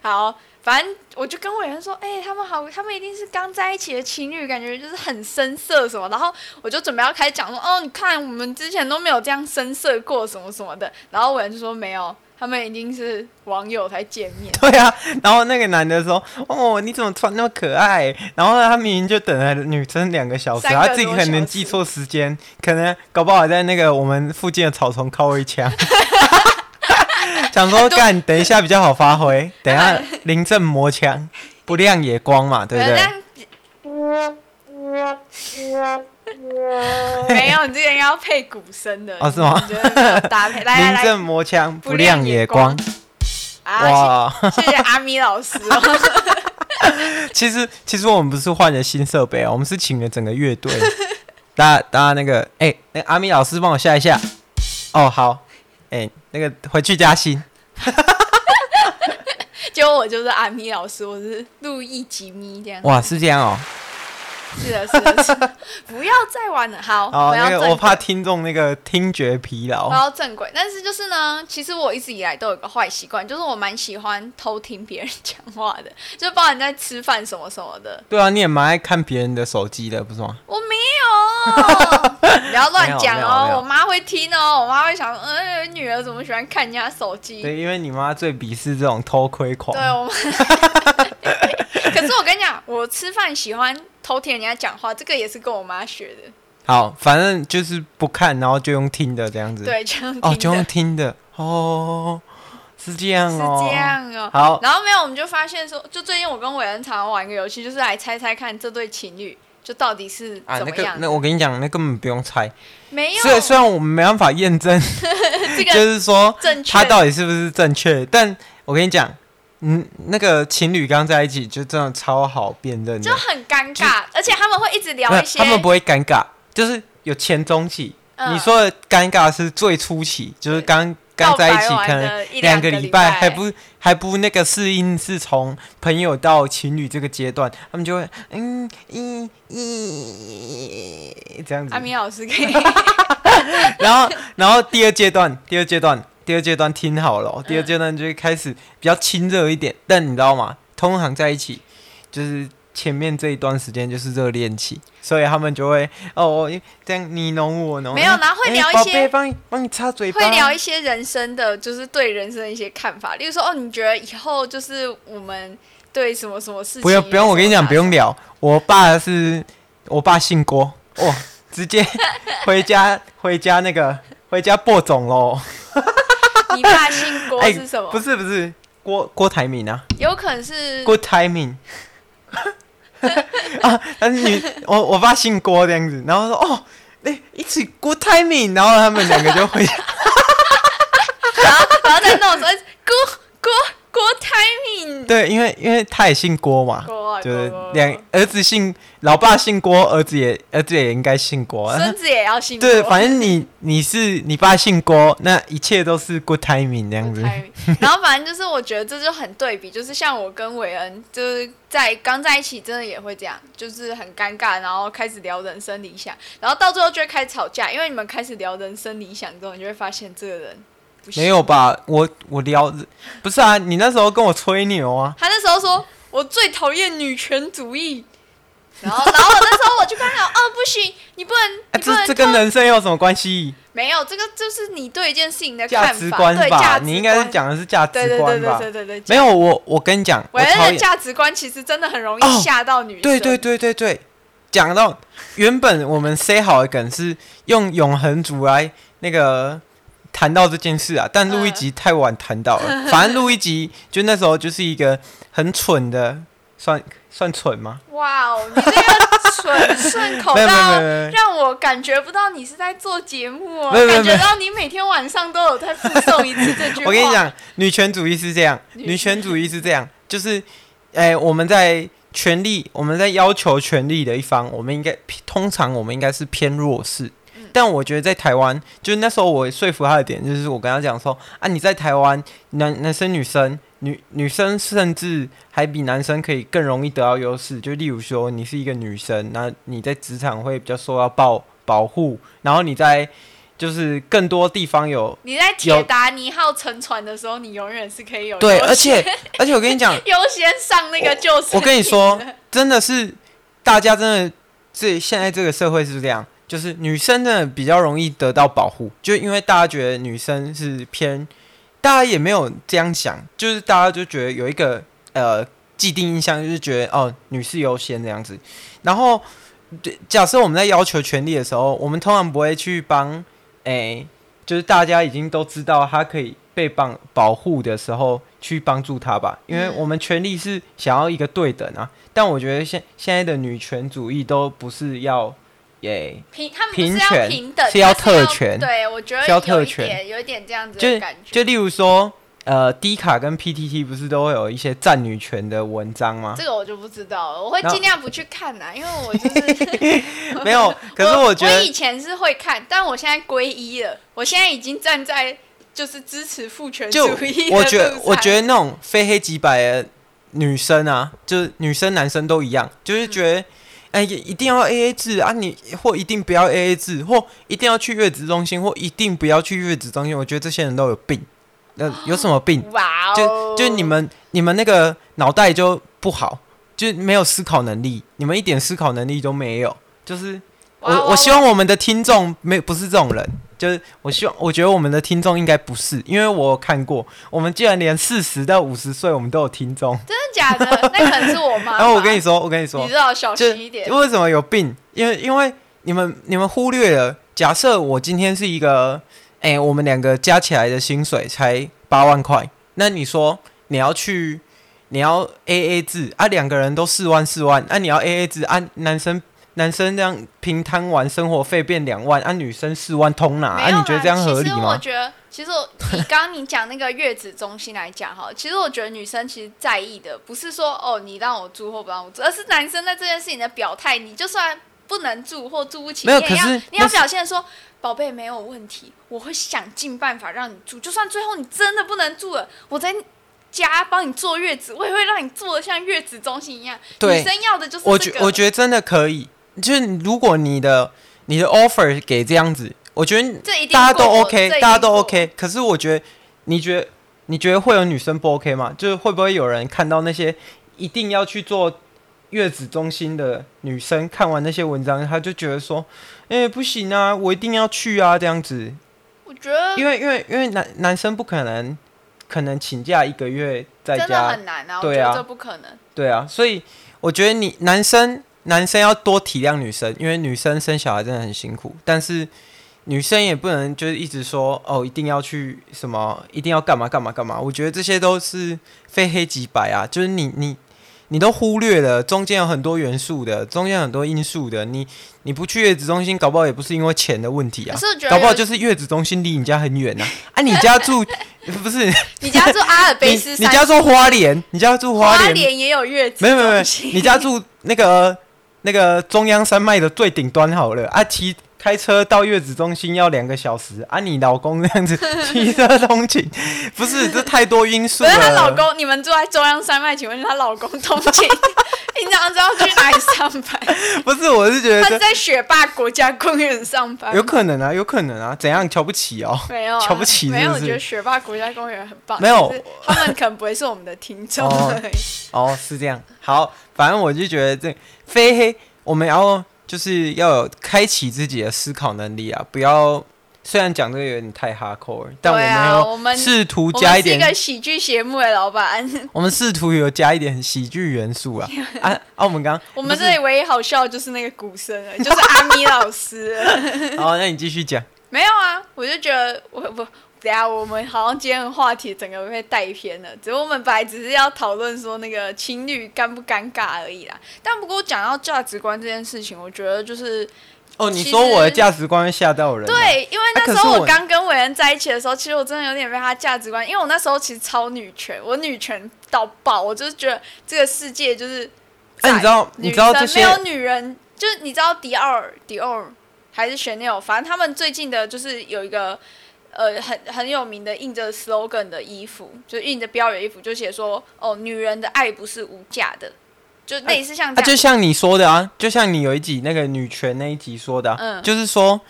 [SPEAKER 2] 好，反正我就跟伟人说，哎、他们好，他们一定是刚在一起的情侣，感觉就是很深色什么。然后我就准备要开始讲说，哦，你看我们之前都没有这样深色过什么什么的。然后伟人就说没有，他们已经是网友才见面
[SPEAKER 3] 对啊，然后那个男的说：“哦，你怎么穿那么可爱？”然后呢，他明明就等了女生两个小时，
[SPEAKER 2] 三个
[SPEAKER 3] 他自己可能记错时间，可能搞不好还在那个我们附近的草丛靠一 枪，想说干，等一下比较好发 挥，等一下临阵磨枪，不亮也光嘛，对不对？
[SPEAKER 2] 但没有，你之前要配鼓声的
[SPEAKER 3] 哦是吗
[SPEAKER 2] 你觉得没有 搭配，来
[SPEAKER 3] 临
[SPEAKER 2] 来
[SPEAKER 3] 阵
[SPEAKER 2] 来，
[SPEAKER 3] 磨枪，
[SPEAKER 2] 不
[SPEAKER 3] 不亮
[SPEAKER 2] 亮也
[SPEAKER 3] 也光。
[SPEAKER 2] 啊，
[SPEAKER 3] 哇，
[SPEAKER 2] 谢谢谢阿咪老师哦，
[SPEAKER 3] 其实其实我们不是换了新设备啊，我们是请了整个乐队。 大家大家那个，哎、那个阿咪老师帮我下一下。哦，好，哎、那个回去加薪。
[SPEAKER 2] 结果我就是阿咪老师，我是路易吉咪这样，
[SPEAKER 3] 哇，是这样哦。
[SPEAKER 2] 是的，是的，是的， 不要再玩了，好，
[SPEAKER 3] 哦，
[SPEAKER 2] 回到
[SPEAKER 3] 那个
[SPEAKER 2] 正
[SPEAKER 3] 我怕哦
[SPEAKER 2] 轨
[SPEAKER 3] 听众那个听觉疲
[SPEAKER 2] 回
[SPEAKER 3] 劳。
[SPEAKER 2] 到正轨，但是就是呢，其实我一直以来都有个坏习惯，就是我蛮喜欢偷听别人讲话的， 就包括你在吃饭什么什么的，
[SPEAKER 3] 对啊，你也蛮爱看别人的手机的，不是吗？
[SPEAKER 2] 我没 有，不要乱讲
[SPEAKER 3] 没有没有没
[SPEAKER 2] 哦
[SPEAKER 3] 有，
[SPEAKER 2] 我妈会听哦，我妈会想，嗯、女儿怎么喜欢看人家手机？
[SPEAKER 3] 对，因为你妈最鄙视这种偷窥狂。
[SPEAKER 2] 嗯对，我们。 可是我跟你讲，我吃饭喜欢偷听人家讲话，这个也是跟我妈学的。
[SPEAKER 3] 好，反正就是不看，然后就用听的这样子。，
[SPEAKER 2] 对，这样听的
[SPEAKER 3] 哦，就用听的。哦，是这样哦。
[SPEAKER 2] 是这。样哦。
[SPEAKER 3] 好，
[SPEAKER 2] 然后没有，我们就发现说，就最近我跟伟恩常常玩一个游戏，就是来猜猜看这对情侣就到底是
[SPEAKER 3] 啊，那
[SPEAKER 2] 怎么
[SPEAKER 3] 个
[SPEAKER 2] 样。，
[SPEAKER 3] 那我跟你讲，那根本不用猜。
[SPEAKER 2] 没有，
[SPEAKER 3] 虽然虽然我们没办法验证，
[SPEAKER 2] 这
[SPEAKER 3] 就
[SPEAKER 2] 个
[SPEAKER 3] 是说
[SPEAKER 2] 正确
[SPEAKER 3] 他到底是不是正确，但我跟你讲，嗯，那个情侣刚在一起就真的超好辨认的
[SPEAKER 2] 就，很尴尬，而且他们会一直聊
[SPEAKER 3] 没有
[SPEAKER 2] 一些
[SPEAKER 3] 他们不会尴尬，就是有前中期。
[SPEAKER 2] 嗯
[SPEAKER 3] 你说的尴尬是最初期，就是
[SPEAKER 2] 对
[SPEAKER 3] 刚刚在一起，
[SPEAKER 2] 告白完
[SPEAKER 3] 可
[SPEAKER 2] 的
[SPEAKER 3] 能
[SPEAKER 2] 一两
[SPEAKER 3] 两
[SPEAKER 2] 个
[SPEAKER 3] 个
[SPEAKER 2] 礼
[SPEAKER 3] 礼拜
[SPEAKER 2] 拜
[SPEAKER 3] 还不还不那个适应，是从朋友到情侣这个阶段，他们就会嗯咦咦这样子
[SPEAKER 2] 阿。米老 师可以
[SPEAKER 3] 然后，然后第二阶段，第二阶段，第二阶段听好了哦、第二阶段就会开始比较亲热一点。但你知道吗？通常在一起，就是前面这一段时间就是热恋期，所以他们就会哦，这样你侬我侬，
[SPEAKER 2] 没有然后会
[SPEAKER 3] 哎
[SPEAKER 2] 聊一
[SPEAKER 3] 宝
[SPEAKER 2] 些
[SPEAKER 3] 贝帮你帮你擦嘴巴，
[SPEAKER 2] 会聊一些人生的，就是对人生的一些看法，例如说哦，你觉得以后就是我们对什么什么事情
[SPEAKER 3] 不用不用，我跟你讲，不用聊。我爸是，我爸姓郭，哇，直接回家 回家那个回家播种喽。
[SPEAKER 2] 有什么打算。你爸姓郭
[SPEAKER 3] 哎
[SPEAKER 2] 是什么？
[SPEAKER 3] 不是不是，郭郭台铭啊。
[SPEAKER 2] 有可能是
[SPEAKER 3] Good timing 啊！但是女，我我爸姓郭这样子，然后说哦，那、一起 Good timing，然后他们两个就回家，
[SPEAKER 2] 然后然后再弄说 郭郭郭 timing，
[SPEAKER 3] 对，因为因为他也姓郭嘛，
[SPEAKER 2] 郭啊
[SPEAKER 3] 就是
[SPEAKER 2] 郭郭
[SPEAKER 3] 两儿子姓老爸姓郭，儿子也儿子也应该姓郭。
[SPEAKER 2] 孙子也要姓郭。
[SPEAKER 3] 对，反正你你是你爸姓郭，那一切都是 good timing 这样子。
[SPEAKER 2] timing 然后反正就是，我觉得这就很对比，就是像我跟韦恩，就是在刚在一起，真的也会这样，就是很尴尬，然后开始聊人生理想，然后到最后就会开始吵架，因为你们开始聊人生理想之后，你就会发现这个人不行
[SPEAKER 3] 没有。吧？我我聊不是啊，你那时候跟我吹牛啊，
[SPEAKER 2] 他那时候说，我最讨厌女权主义。然后，然后我那时候我就跟他讲，哦，不行，你不能，
[SPEAKER 3] 啊
[SPEAKER 2] 你不能
[SPEAKER 3] 这
[SPEAKER 2] 偷、
[SPEAKER 3] 这跟人生有什么关系？
[SPEAKER 2] 没有这个，就是你对一件事情的
[SPEAKER 3] 价
[SPEAKER 2] 看法，
[SPEAKER 3] 值观
[SPEAKER 2] 对价值
[SPEAKER 3] 你应该是
[SPEAKER 2] 观，
[SPEAKER 3] 讲的是价值
[SPEAKER 2] 对对对
[SPEAKER 3] 观
[SPEAKER 2] 对
[SPEAKER 3] 吧？
[SPEAKER 2] 对对对，
[SPEAKER 3] 没有，我我跟你讲，我
[SPEAKER 2] 伟恩
[SPEAKER 3] 讨
[SPEAKER 2] 的
[SPEAKER 3] 厌。
[SPEAKER 2] 价值观其实真的很容易
[SPEAKER 3] 哦
[SPEAKER 2] 吓到女生。
[SPEAKER 3] 对对对对对，讲到原本我们 say 好的梗是用永恒族来那个谈到这件事啊，但录一集太晚谈到了。反正录一集就那时候就是一个很蠢的，算算蠢吗？
[SPEAKER 2] 哇哦，你这 个蠢顺口
[SPEAKER 3] 没有没有没有
[SPEAKER 2] 到
[SPEAKER 3] 没有。
[SPEAKER 2] 让我感觉不到你是在做节目哦，
[SPEAKER 3] 没有没有
[SPEAKER 2] 感觉
[SPEAKER 3] 没有
[SPEAKER 2] 到你每天晚上都有在附送一次这句话。
[SPEAKER 3] 我跟你，讲，女权主义是这样，
[SPEAKER 2] 女
[SPEAKER 3] 女权主义是这样，就是，哎、我们在权利，我们在要求权利的一方，我们应该通常我们应该是偏弱势。
[SPEAKER 2] 嗯
[SPEAKER 3] 但我觉得在台湾，就是那时候我说服他的点，就是我跟他讲说啊，你在台湾，男男生女生，女女生甚至还比男生可以更容易得到优势。就例如说，你是一个女生，那你在职场会比较受到保保护，然后你在就是更多地方有
[SPEAKER 2] 你在铁
[SPEAKER 3] 有
[SPEAKER 2] 达尼号沉船的时候，你永远是可以有
[SPEAKER 3] 对，
[SPEAKER 2] 优，
[SPEAKER 3] 而且而且我跟你讲
[SPEAKER 2] 优先上那个救生
[SPEAKER 3] 我跟你
[SPEAKER 2] 艇
[SPEAKER 3] 说，真的是大家真的这现在这个社会是这样，就是女生真的比较容易得到保护，就因为大家觉得女生是偏。大家也没有这样想，就是大家就觉得有一个呃既定印象，就是觉得哦女士优先这样子。然后对假设我们在要求权利的时候，我们通常不会去帮诶、就是大家已经都知道他可以被帮保护的时候去帮助他吧，因为
[SPEAKER 2] 嗯
[SPEAKER 3] 我们权利是想要一个对等啊。但我觉得现现在的女权主义都不是要诶。
[SPEAKER 2] 平他们不
[SPEAKER 3] 平
[SPEAKER 2] 是要
[SPEAKER 3] 权
[SPEAKER 2] 平等，
[SPEAKER 3] 是要
[SPEAKER 2] 他
[SPEAKER 3] 特
[SPEAKER 2] 是
[SPEAKER 3] 权
[SPEAKER 2] 对，我觉得
[SPEAKER 3] 是要
[SPEAKER 2] 有
[SPEAKER 3] 特
[SPEAKER 2] 一
[SPEAKER 3] 权
[SPEAKER 2] 点有一点这样子
[SPEAKER 3] 就
[SPEAKER 2] 的感觉。
[SPEAKER 3] 就例如说，呃，低卡跟 PTT 不是都会有一些占女权的文章吗？
[SPEAKER 2] 这个我就不知道了，我会
[SPEAKER 3] 然后
[SPEAKER 2] 尽量不去看啊呐、因为 我就是
[SPEAKER 3] 没有，可是
[SPEAKER 2] 我
[SPEAKER 3] 我觉得
[SPEAKER 2] 以前是会看，但我现在皈依了，我现在已经站在就是支持父权主
[SPEAKER 3] 就
[SPEAKER 2] 义的
[SPEAKER 3] 我觉
[SPEAKER 2] 路
[SPEAKER 3] 我觉
[SPEAKER 2] 上
[SPEAKER 3] 得那种非黑即白的女生啊，就是女生男生都一样，就是觉得。哎，也一定要 A A 制啊！你或一定不要 A A 制，或一定要去月子中心，或一定不要去月子中心。我觉得这些人都有病，那、有什么病？
[SPEAKER 2] 哇哦
[SPEAKER 3] 就，就你们你们那个脑袋就不好，就没有思考能力，你们一点思考能力都没有。就是
[SPEAKER 2] 哇哇
[SPEAKER 3] 我我希望我们的听众没不是这种人，就是我希望我觉得我们的听众应该不是，因为我有看过，我们居然连四十到五十岁我们都有听众。
[SPEAKER 2] 真的假的？那可能是我 妈。
[SPEAKER 3] 然后我跟你，说，我跟你说，
[SPEAKER 2] 你知道小
[SPEAKER 3] 就
[SPEAKER 2] 心一点。
[SPEAKER 3] 为什么有病？因为因为你们你们忽略了，假设我今天是一个，哎、我们两个加起来的薪水才八万块，那你说你要去，你要 A A 制啊，两个人都四万四万，啊你要 A A 制啊，男生男生这样平摊完生活费变两万，啊女生四万通拿，
[SPEAKER 2] 没
[SPEAKER 3] 啊
[SPEAKER 2] 有
[SPEAKER 3] 你觉得
[SPEAKER 2] 啦
[SPEAKER 3] 这样合理
[SPEAKER 2] 其实我
[SPEAKER 3] 吗？
[SPEAKER 2] 觉得，其实我以刚刚你讲那个月子中心来讲哈， 其实我觉得女生其实在意的不是说哦你让我住或不让我住，而是男生在这件事情的表态。你就算不能住或住不起，
[SPEAKER 3] 没有
[SPEAKER 2] 你也
[SPEAKER 3] 可
[SPEAKER 2] 要
[SPEAKER 3] 是
[SPEAKER 2] 你要
[SPEAKER 3] 那是
[SPEAKER 2] 表现说。哦宝贝没有问题，我会想尽办法让你住。就算最后你真的不能住了，我在家帮你坐月子，我也会让你坐的像月子中心一样。
[SPEAKER 3] 对
[SPEAKER 2] 女生要的就是、这个、
[SPEAKER 3] 我觉我觉得真的可以，就是如果你的你的 offer 给这样子，我觉得
[SPEAKER 2] 这一定
[SPEAKER 3] 大家都
[SPEAKER 2] 过
[SPEAKER 3] OK，
[SPEAKER 2] 这一定
[SPEAKER 3] 大家都
[SPEAKER 2] 过
[SPEAKER 3] OK。可是我觉得，你觉得你觉得会有女生不 OK 吗？就是会不会有人看到那些一定要去做月子中心的女生，看完那些文章，她就觉得说，哎、不行啊，我一定要去啊，这样子。
[SPEAKER 2] 我觉得
[SPEAKER 3] 因为因为因为男男生不可能可能请假一个月在
[SPEAKER 2] 真的
[SPEAKER 3] 家
[SPEAKER 2] 很难啊，我
[SPEAKER 3] 对
[SPEAKER 2] 觉
[SPEAKER 3] 啊
[SPEAKER 2] 得这不可能。
[SPEAKER 3] 对啊，所以我觉得你男生男生要多体谅女生，因为女生生小孩真的很辛苦，但是女生也不能就是一直说哦，一定要去什么，一定要干嘛干嘛干嘛。我觉得这些都是非黑即白啊，就是你你你都忽略了中间有很多元素的，中间有很多因素的。你你不去月子中心，搞不好也不是因为钱的问题啊
[SPEAKER 2] 可。是我觉得
[SPEAKER 3] 搞不好
[SPEAKER 2] 有
[SPEAKER 3] 就是月子中心离你家很远呐、啊，啊，你家住不是
[SPEAKER 2] 你家住阿尔卑
[SPEAKER 3] 你
[SPEAKER 2] 斯
[SPEAKER 3] 你
[SPEAKER 2] 山，
[SPEAKER 3] 家住花莲，你家住
[SPEAKER 2] 花
[SPEAKER 3] 莲
[SPEAKER 2] 也有月子
[SPEAKER 3] 没有没有，没有
[SPEAKER 2] 中，心
[SPEAKER 3] 你家住那个那个中央山脉的最顶端好了啊，骑开车到月子中心要两个小时啊，你老公这样子 骑车通勤，不是这太多因素
[SPEAKER 2] 不是
[SPEAKER 3] 了。
[SPEAKER 2] 她老公，你们住在中央山脉，请问她老公通 勤平常知道去哪里上班？
[SPEAKER 3] 不是，我是觉得
[SPEAKER 2] 他是
[SPEAKER 3] 这
[SPEAKER 2] 在呃雪霸国家公园上班
[SPEAKER 3] 有
[SPEAKER 2] 吗。
[SPEAKER 3] 可能啊，有可能啊，怎样瞧不起 哦？
[SPEAKER 2] 没有啊、
[SPEAKER 3] 瞧不起是不是
[SPEAKER 2] 没有，我觉得雪霸国家公园很棒。
[SPEAKER 3] 没有
[SPEAKER 2] 只是他们可能不会是我们的听众
[SPEAKER 3] 哦
[SPEAKER 2] 而已。
[SPEAKER 3] 哦，是这样。好，反正我就觉得这非黑，我们要就是要有开启自己的思考能力啊，不要。虽然讲这个有点太 hardcore，但
[SPEAKER 2] 对啊
[SPEAKER 3] 我
[SPEAKER 2] 我
[SPEAKER 3] 们要
[SPEAKER 2] 们
[SPEAKER 3] 试图
[SPEAKER 2] 我
[SPEAKER 3] 加一
[SPEAKER 2] 们是
[SPEAKER 3] 点
[SPEAKER 2] 一个喜剧节目的 老板，
[SPEAKER 3] 我们试图有加一点喜剧元素 啊啊啊！我们刚
[SPEAKER 2] 我们
[SPEAKER 3] 不
[SPEAKER 2] 这里唯一好笑的就是那个鼓声了，就是阿咪老师了。
[SPEAKER 3] 好，那你继续讲。
[SPEAKER 2] 没有啊，我就觉得我不等一下我们好像今天的话题整个被带偏了。只是我们本来只是要讨论说那个情侣尴不尴尬而已啦。但不过讲到价值观这件事情，我觉得就是
[SPEAKER 3] 哦，你
[SPEAKER 2] 其
[SPEAKER 3] 说我的
[SPEAKER 2] 实
[SPEAKER 3] 价值观会吓到人、，
[SPEAKER 2] 对，因为
[SPEAKER 3] 啊可是
[SPEAKER 2] 那时候
[SPEAKER 3] 我
[SPEAKER 2] 我刚跟伟恩在一起的时候，其实我真的有点被他价值观，因为我那时候其实超女权，我女权到爆，我就是觉得这个世界就是
[SPEAKER 3] 哎、
[SPEAKER 2] 在
[SPEAKER 3] 你知道你
[SPEAKER 2] 女
[SPEAKER 3] 知道
[SPEAKER 2] 生
[SPEAKER 3] 这
[SPEAKER 2] 没
[SPEAKER 3] 些
[SPEAKER 2] 有女人，就是你知道迪奥尔、迪奥尔还是 Chanel，反正他们最近的就是有一个呃很很有名的印着 slogan 的衣服，就是印着标语的衣服，就写说哦，女人的爱不是无价的，就类似像
[SPEAKER 3] 啊，
[SPEAKER 2] 这
[SPEAKER 3] 就
[SPEAKER 2] 样。
[SPEAKER 3] 像你说的啊，就像你有一集那个女权那一集说的、啊，
[SPEAKER 2] 嗯
[SPEAKER 3] 就是说，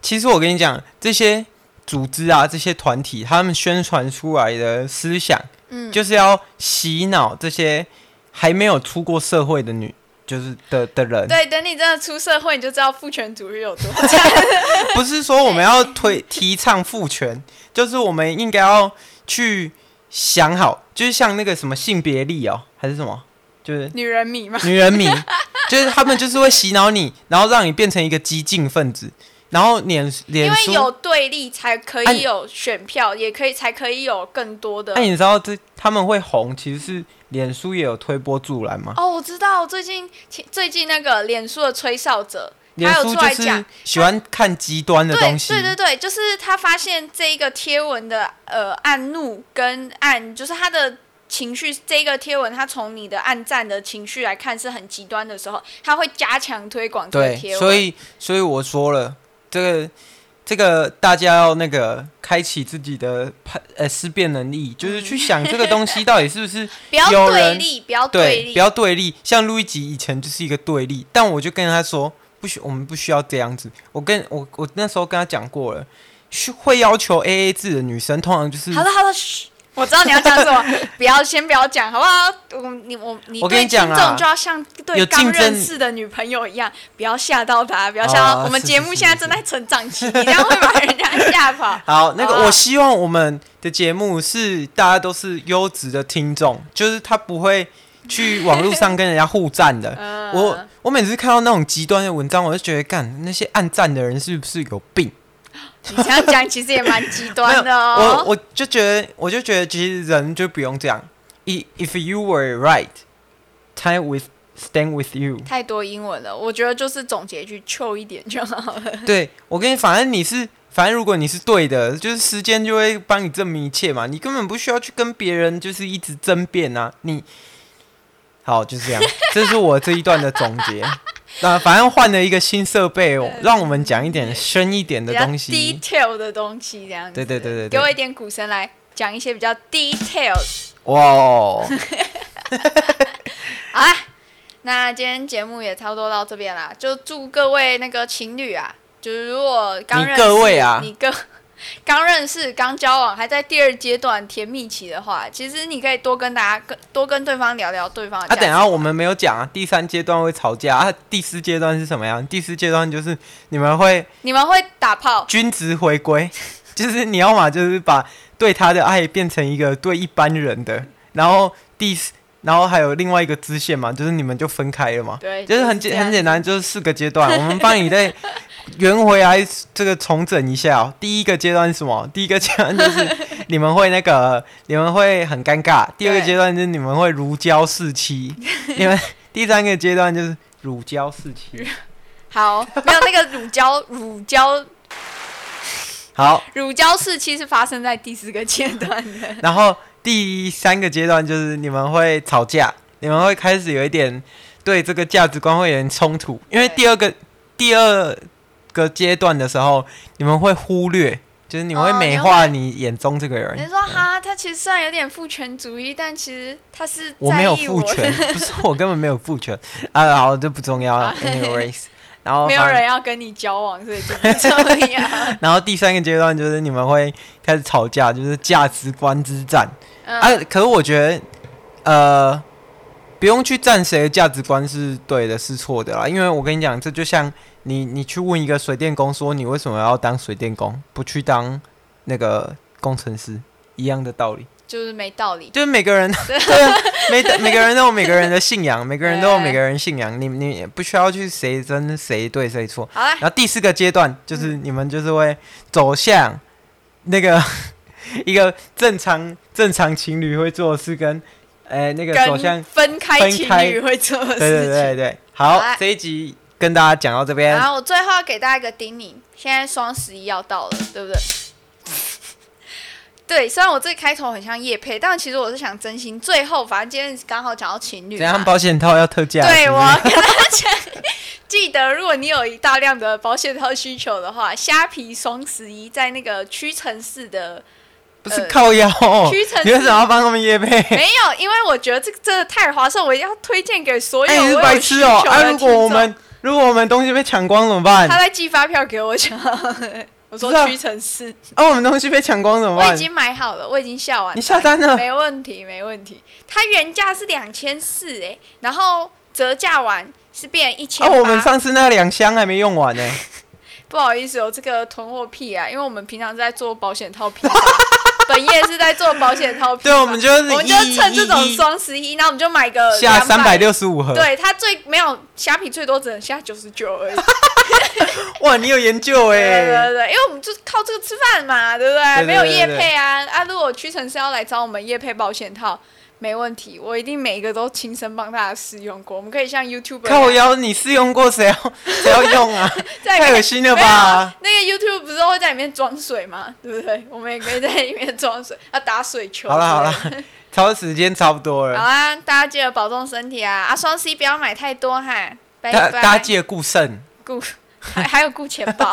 [SPEAKER 3] 其实我跟你讲，这些组织啊，这些团体，他们宣传出来的思想，
[SPEAKER 2] 嗯
[SPEAKER 3] 就是要洗脑这些还没有出过社会的女就是的的人，
[SPEAKER 2] 对，等你真的出社会，你就知道父权主义有多惨。
[SPEAKER 3] 不是说我们要推提倡父权，就是我们应该要去想好，就是像那个什么性别力哦，还是什么，就是
[SPEAKER 2] 女人迷嘛，
[SPEAKER 3] 女人迷， 就是他们就是会洗脑你，然后让你变成一个激进分子，然后脸
[SPEAKER 2] 因
[SPEAKER 3] 脸
[SPEAKER 2] 为
[SPEAKER 3] 书。
[SPEAKER 2] 有对立才可
[SPEAKER 3] 啊
[SPEAKER 2] 以
[SPEAKER 3] 你
[SPEAKER 2] 有选票，也可以才可以有更多的
[SPEAKER 3] 那、。哎你知道这他们会红，其实是脸书也有推波助澜吗？
[SPEAKER 2] 哦，我知道，最近前最近那个脸书的吹哨者，
[SPEAKER 3] 脸
[SPEAKER 2] 哦他有
[SPEAKER 3] 书
[SPEAKER 2] 出
[SPEAKER 3] 就
[SPEAKER 2] 来讲
[SPEAKER 3] 是，喜欢看极端的
[SPEAKER 2] 对
[SPEAKER 3] 东西，
[SPEAKER 2] 对对对，就是他发现这一个贴文的呃按怒跟按，就是他的情绪，这个贴文他从你的按赞的情绪来看是很极端的时候，他会加强推广这个
[SPEAKER 3] 对
[SPEAKER 2] 贴文。
[SPEAKER 3] 所以所以我说了，这个这个大家要那个开启自己的判呃思辨能力，就是去想这个东西到底是不是
[SPEAKER 2] 不要
[SPEAKER 3] 有
[SPEAKER 2] 对
[SPEAKER 3] 人
[SPEAKER 2] 立， 不要
[SPEAKER 3] 对，
[SPEAKER 2] 立，
[SPEAKER 3] 不要对立。像路易吉以前就是一个对立，但我就跟他说，不需我们不需要这样子。我跟我我那时候跟他讲过了，需会要求 A A 制的女生通常就是
[SPEAKER 2] 好了好了，嘘，我知道你要讲什 么，不要先不要讲，好不好？我你我你
[SPEAKER 3] 我跟
[SPEAKER 2] 对
[SPEAKER 3] 你讲
[SPEAKER 2] 听
[SPEAKER 3] 啊
[SPEAKER 2] 众就要像对
[SPEAKER 3] 有竞
[SPEAKER 2] 刚认
[SPEAKER 3] 争
[SPEAKER 2] 识的女朋友一样，不要吓到她，不要吓到。
[SPEAKER 3] 啊
[SPEAKER 2] 我们
[SPEAKER 3] 是
[SPEAKER 2] 节
[SPEAKER 3] 是
[SPEAKER 2] 目
[SPEAKER 3] 是
[SPEAKER 2] 现在
[SPEAKER 3] 是
[SPEAKER 2] 正在成长期，你这样会把人家吓跑。
[SPEAKER 3] 好，那
[SPEAKER 2] 好
[SPEAKER 3] 个
[SPEAKER 2] 啊
[SPEAKER 3] 我希望我们的节目是大家都是优质的听众，就是他不会去网络上跟人家互赞的。
[SPEAKER 2] 嗯
[SPEAKER 3] 我我每次看到那种极端的文章，我就觉得，干那些暗赞的人是不是有病？
[SPEAKER 2] 你这样讲其实也蛮极端 的
[SPEAKER 3] 没有我
[SPEAKER 2] 哦。
[SPEAKER 3] 我就觉得，我就觉得，其实人就不用这样。If if you were right, time with stand with you
[SPEAKER 2] 太多英文了，我觉得就是总结句臭一点就好了。
[SPEAKER 3] 对我跟你，反正你是，反正如果你是对的，就是时间就会帮你证明一切嘛，你根本不需要去跟别人就是一直争辩啊。你好，就是 这样，这是我这一段的总结。那反正换了一个新设备，哦，让我们讲一点深一点
[SPEAKER 2] 比
[SPEAKER 3] 的
[SPEAKER 2] 较
[SPEAKER 3] 东西。
[SPEAKER 2] detail 的东西这样子。
[SPEAKER 3] 对对对对对
[SPEAKER 2] 给我一点鼓声来讲一些比较 detail
[SPEAKER 3] 哇哦，
[SPEAKER 2] 好啦，那今天节目也差不多到这边啦，就祝各位那个情侣啊，就是如果刚
[SPEAKER 3] 你
[SPEAKER 2] 认识，
[SPEAKER 3] 各位啊
[SPEAKER 2] 你各 刚认识、刚交往，还在第二阶段甜蜜期的话，其实你可以多跟大家、跟多跟对方聊聊对方的
[SPEAKER 3] 啊，
[SPEAKER 2] 价值
[SPEAKER 3] 等一
[SPEAKER 2] 观。
[SPEAKER 3] 下我们没有讲啊，第三阶段会吵架啊，第四阶段是什么呀？第四阶段就是你们会
[SPEAKER 2] 你们会打炮，
[SPEAKER 3] 均值回归， 就是你要嘛就是把对他的爱变成一个对一般人的，然后第四，然后还有另外一个支线嘛，就是你们就分开了嘛，
[SPEAKER 2] 对，
[SPEAKER 3] 就是很
[SPEAKER 2] 这
[SPEAKER 3] 简
[SPEAKER 2] 样
[SPEAKER 3] 很简单，就是四个阶 段，我们帮你再圆回来这个重整一下、哦。第一个阶段是什么？第一个阶段就是你们会那个， 你们会很尴尬；第二个
[SPEAKER 2] 对
[SPEAKER 3] 阶段就是你们会如胶似 漆；你们第三个阶段就是乳胶似漆。
[SPEAKER 2] 好，没有那个乳胶、 乳胶、
[SPEAKER 3] 好，
[SPEAKER 2] 乳胶式，其实发生在第四个阶 段的。
[SPEAKER 3] 然后第三个阶段就是你们会吵架，你们会开始有一点对这个价值观会有点冲突，因为
[SPEAKER 2] 对
[SPEAKER 3] 第二个第二个阶段的时候，你们会忽略，就是你们会
[SPEAKER 2] 哦
[SPEAKER 3] 美
[SPEAKER 2] 你
[SPEAKER 3] 化
[SPEAKER 2] 会
[SPEAKER 3] 哦你眼中这个人。
[SPEAKER 2] 你说哈，他其实虽然有点父权主义，但其实他是
[SPEAKER 3] 我
[SPEAKER 2] 在
[SPEAKER 3] 没有
[SPEAKER 2] 意
[SPEAKER 3] 父
[SPEAKER 2] 我的
[SPEAKER 3] 权，不是我根本没有父 权啊，好，这不重要了，anyways。然后
[SPEAKER 2] 没有
[SPEAKER 3] 反
[SPEAKER 2] 人要跟你交往，所以就不啊重 要。
[SPEAKER 3] 然后第三个阶段就是你们会开始吵架，就是价值观之战。啊
[SPEAKER 2] 嗯，，
[SPEAKER 3] 可是我觉得，呃，不用去站谁的价值观是对的，是错的啦。因为我跟你讲，这就像你你去问一个水电工说你为什么要当水电工，不去当那个工程师一样的道理。
[SPEAKER 2] 就是没道理。
[SPEAKER 3] 就是每个人 对啊，每每个人都有每个人的信仰，每个人都 有每个人信仰。你你也不需要去谁真谁对谁错。
[SPEAKER 2] 好啦，
[SPEAKER 3] 然后第四个阶段就是你们就是会走向那个 一个正常正常情侣会做的事跟，呃那个走向
[SPEAKER 2] 跟分开
[SPEAKER 3] 分
[SPEAKER 2] 情
[SPEAKER 3] 开
[SPEAKER 2] 侣会做
[SPEAKER 3] 对
[SPEAKER 2] 的
[SPEAKER 3] 对
[SPEAKER 2] 事
[SPEAKER 3] 对
[SPEAKER 2] 情。
[SPEAKER 3] 对。
[SPEAKER 2] 好
[SPEAKER 3] 好
[SPEAKER 2] 啊，
[SPEAKER 3] 这一集跟大家讲到这边
[SPEAKER 2] 然，后我最后要给大家一个叮咛，现在双十一要到了，对不 对？对，虽然我这开头很像叶配，但其实我是想真心。最后，反正今天刚好讲到情侣
[SPEAKER 3] 怎
[SPEAKER 2] 嘛，
[SPEAKER 3] 样啊保险套要特价？
[SPEAKER 2] 对
[SPEAKER 3] 是不
[SPEAKER 2] 我
[SPEAKER 3] 是
[SPEAKER 2] 要跟大家记得，如果你有一大量的保险套需求的话，虾皮双十一在那个屈臣氏的
[SPEAKER 3] 不是
[SPEAKER 2] 呃
[SPEAKER 3] 靠腰哦，
[SPEAKER 2] 屈臣氏
[SPEAKER 3] 你为什么要帮他们夜配？
[SPEAKER 2] 没有，因为我觉得这个真的太划算，我要推荐给所有
[SPEAKER 3] 哎，
[SPEAKER 2] 我
[SPEAKER 3] 你是
[SPEAKER 2] 有
[SPEAKER 3] 白
[SPEAKER 2] 需
[SPEAKER 3] 痴
[SPEAKER 2] 求
[SPEAKER 3] 哦！啊，
[SPEAKER 2] 的
[SPEAKER 3] 如
[SPEAKER 2] 听
[SPEAKER 3] 果
[SPEAKER 2] 众。
[SPEAKER 3] 我们如果我们东西被抢光怎么办
[SPEAKER 2] 他？在寄发票给我讲，
[SPEAKER 3] 不
[SPEAKER 2] 我
[SPEAKER 3] 是
[SPEAKER 2] 说
[SPEAKER 3] 啊
[SPEAKER 2] 屈臣氏，
[SPEAKER 3] 啊，我们东西被抢光怎么
[SPEAKER 2] 我
[SPEAKER 3] 办啊
[SPEAKER 2] 已？经买好了，我已经下完了，
[SPEAKER 3] 你下单了？
[SPEAKER 2] 没问题，没问题。它原价是两千四哎，然后折价完是变一千
[SPEAKER 3] 啊，
[SPEAKER 2] 八。
[SPEAKER 3] 我们上次那两箱还没用完呢、
[SPEAKER 2] 不好意思哦，这个囤货癖啊，因为我们平常是在做保险套批发， 本业是在做保险套批发。
[SPEAKER 3] 对，我们就是
[SPEAKER 2] 我们就
[SPEAKER 3] 一
[SPEAKER 2] 趁这种
[SPEAKER 3] 一一
[SPEAKER 2] 双十一，然后我们就买个
[SPEAKER 3] 下
[SPEAKER 2] 200
[SPEAKER 3] 三百。六十 五盒。
[SPEAKER 2] 对，它最没有虾皮最多只能下九十九 而已。
[SPEAKER 3] 哇，你有研究哎、
[SPEAKER 2] 对对对，因为我们就靠这个吃饭嘛，对不对？
[SPEAKER 3] 对对对
[SPEAKER 2] 没有业配啊啊！如果屈臣氏要来找我们业配保险套，没问题，我一定每一个都亲身帮大家试用过。我们可以像 YouTube
[SPEAKER 3] 靠腰，你试用过 谁要谁要用啊？
[SPEAKER 2] 在
[SPEAKER 3] 太恶心了吧！
[SPEAKER 2] 那个 YouTube 不是都会在里面装水吗？对不对？我们也可以在里面装水，要打水球。
[SPEAKER 3] 好了好 了，超时间差不多
[SPEAKER 2] 啊好
[SPEAKER 3] 了，
[SPEAKER 2] 啊，大家记得保重身体啊！啊，双十一不要买太多哈，拜
[SPEAKER 3] 大
[SPEAKER 2] 拜。
[SPEAKER 3] 大家记得顾慎。
[SPEAKER 2] 顾，还还有顾钱包。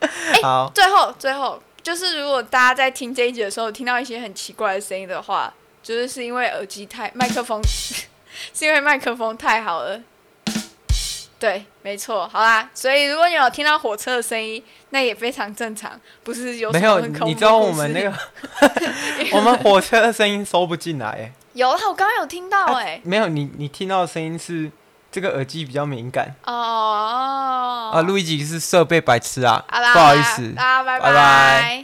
[SPEAKER 2] 哎
[SPEAKER 3] 好，
[SPEAKER 2] 最后，最后就是，如果大家在听这一集的时候听到一些很奇怪的声音的话，就是是因为耳机太麦克风， 是因为麦克风太好了。对，没错，好啦，所以如果你有听到火车的声音，那也非常正常，不是有什
[SPEAKER 3] 没
[SPEAKER 2] 么
[SPEAKER 3] 有，
[SPEAKER 2] 很恐怖
[SPEAKER 3] 你知道
[SPEAKER 2] 的故
[SPEAKER 3] 我
[SPEAKER 2] 事
[SPEAKER 3] 们那个我们火车的声音收不进来、欸，
[SPEAKER 2] 有啊，我刚刚有听到哎、
[SPEAKER 3] 没有，你你听到的声音是这个耳机比较敏感
[SPEAKER 2] 哦
[SPEAKER 3] 啊。路易吉是设备白痴啊，
[SPEAKER 2] 好啦，
[SPEAKER 3] 不好意思，
[SPEAKER 2] 大家拜
[SPEAKER 3] 拜拜